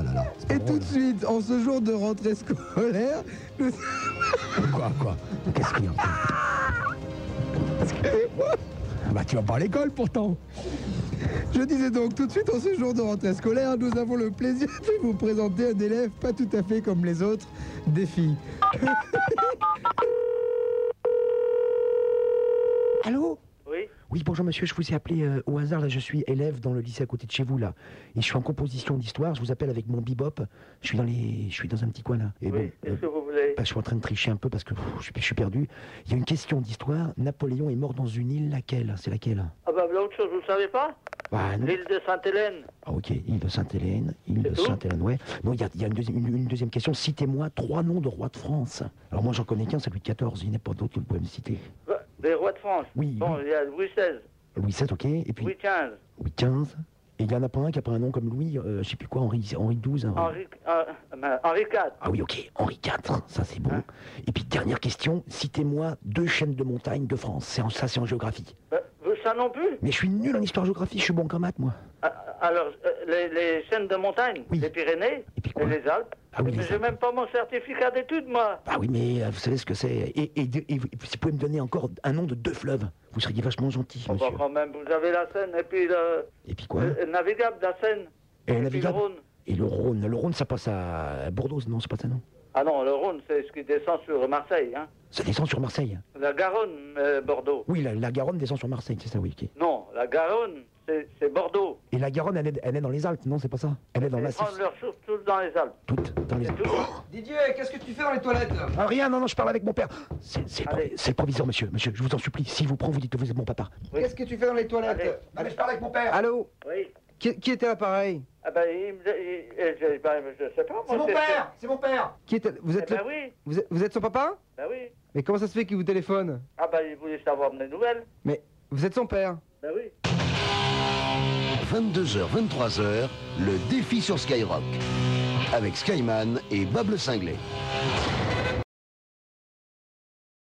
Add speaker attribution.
Speaker 1: alors. C'est pas
Speaker 2: Et
Speaker 1: drôle.
Speaker 2: tout de suite, en ce jour de rentrée scolaire, le-
Speaker 1: Quoi, quoi Qu'est-ce qu'il y a Ah Bah, tu vas pas à l'école pourtant.
Speaker 2: je disais donc tout de suite, en ce jour de rentrée scolaire, nous avons le plaisir de vous présenter un élève pas tout à fait comme les autres, des filles.
Speaker 1: Allô
Speaker 3: Oui,
Speaker 1: Oui, bonjour monsieur, je vous ai appelé euh, au hasard, là, je suis élève dans le lycée à côté de chez vous, là. Et je suis en composition d'histoire, je vous appelle avec mon bebop. Je suis dans les... je suis dans un petit coin, là. Et
Speaker 3: oui,
Speaker 1: bon, euh,
Speaker 3: qu'est-ce que vous voulez
Speaker 1: bah, je suis en train de tricher un peu parce que pff, je, suis, je suis perdu. Il y a une question d'histoire, Napoléon est mort dans une île, laquelle C'est laquelle
Speaker 3: Ah bah voilà autre chose, vous ne savez pas
Speaker 1: Ah, non.
Speaker 3: L'île de Sainte-Hélène.
Speaker 1: Ah, ok, île de Sainte-Hélène, île
Speaker 3: C'est
Speaker 1: de
Speaker 3: tout
Speaker 1: Sainte-Hélène, ouais. Non, il y a, il y a une, deuxième- une- une deuxième question, citez-moi trois noms de rois de France. Alors moi j'en connais qu'un, c'est Louis XIV, il n'y en a pas d'autre que vous pouvez me citer.
Speaker 3: Bah, Des rois de France.
Speaker 1: Oui,
Speaker 3: Bon, il y a Louis XVI,
Speaker 1: Louis VII, ok, et puis
Speaker 3: Louis XV,
Speaker 1: Louis XV. Et il y en a pas un qui a pris un nom comme Louis, euh, je sais plus quoi, Henri, Henri XII. hein.
Speaker 3: Henri, ah, bah, Henri IV.
Speaker 1: Ah oui, ok, Henri IV, ça c'est bon.
Speaker 3: Hein
Speaker 1: Et puis dernière question, citez-moi deux chaînes de montagne de France. C'est en, ça c'est en géographie.
Speaker 3: Bah, vous, ça non plus
Speaker 1: Mais je suis nul en histoire-géographie, je suis bon qu'en maths moi.
Speaker 3: Ah, Alors, euh, les, les chaînes de montagne,
Speaker 1: Oui.
Speaker 3: les Pyrénées
Speaker 1: Et puis quoi
Speaker 3: les Alpes.
Speaker 1: Ah oui,
Speaker 3: Et puis,
Speaker 1: les
Speaker 3: j'ai même pas mon certificat d'études, moi.
Speaker 1: Ah oui, mais euh, vous savez ce que c'est. Et, et, et- et vous si vous pouvez me donner encore un nom de deux fleuves, vous seriez vachement gentil,
Speaker 3: Bon, bah,
Speaker 1: monsieur.
Speaker 3: quand même, vous avez la Seine et puis le,
Speaker 1: Et puis quoi
Speaker 3: le- le navigable, la Seine.
Speaker 1: Et le
Speaker 3: puis
Speaker 1: navigable
Speaker 3: le Rhône.
Speaker 1: Et le Rhône. Le Rhône, ça passe à Bordeaux, non, c'est pas ça, non
Speaker 3: Ah non, le Rhône, c'est ce qui descend sur Marseille. Hein.
Speaker 1: Ça descend sur Marseille.
Speaker 3: La Garonne, euh, Bordeaux.
Speaker 1: Oui, la, la Garonne descend sur Marseille, c'est ça, oui. ok.
Speaker 3: Non, la Garonne, c'est c'est Bordeaux.
Speaker 1: Et la Garonne, elle est, elle est dans les Alpes, non, c'est pas ça Elle est dans
Speaker 3: Ils
Speaker 1: la
Speaker 3: prennent leurs sources toutes dans les Alpes.
Speaker 1: Toutes dans les
Speaker 3: C'est
Speaker 1: Alpes.
Speaker 3: tout.
Speaker 2: Didier, qu'est-ce que tu fais dans les toilettes
Speaker 1: Ah, rien, non, non, je parle avec mon père. C'est c'est le,
Speaker 3: Allez.
Speaker 1: provi- c'est le proviseur, monsieur. Monsieur, je vous en supplie, s'il vous prend, vous dites que vous êtes mon papa.
Speaker 2: Qu'est-ce que tu fais dans les toilettes
Speaker 3: Allez.
Speaker 2: Allez, je parle avec mon père. Allô
Speaker 3: Oui.
Speaker 2: qui, qui était à l'appareil
Speaker 3: Ah ben, il me- il- il- je, ben, je sais pas. moi,
Speaker 2: C'est mon père qui était... vous,
Speaker 3: Eh
Speaker 2: êtes
Speaker 3: ben
Speaker 2: le-
Speaker 3: oui,
Speaker 2: vous êtes- vous êtes son papa
Speaker 3: ben oui.
Speaker 2: Mais comment ça se fait qu'il vous téléphone
Speaker 3: Ah ben, il voulait savoir mes nouvelles.
Speaker 2: Mais vous êtes son père
Speaker 3: Ben oui.
Speaker 4: 22h, 23h, le défi sur Skyrock. Avec Skyman et Bob le Cinglé.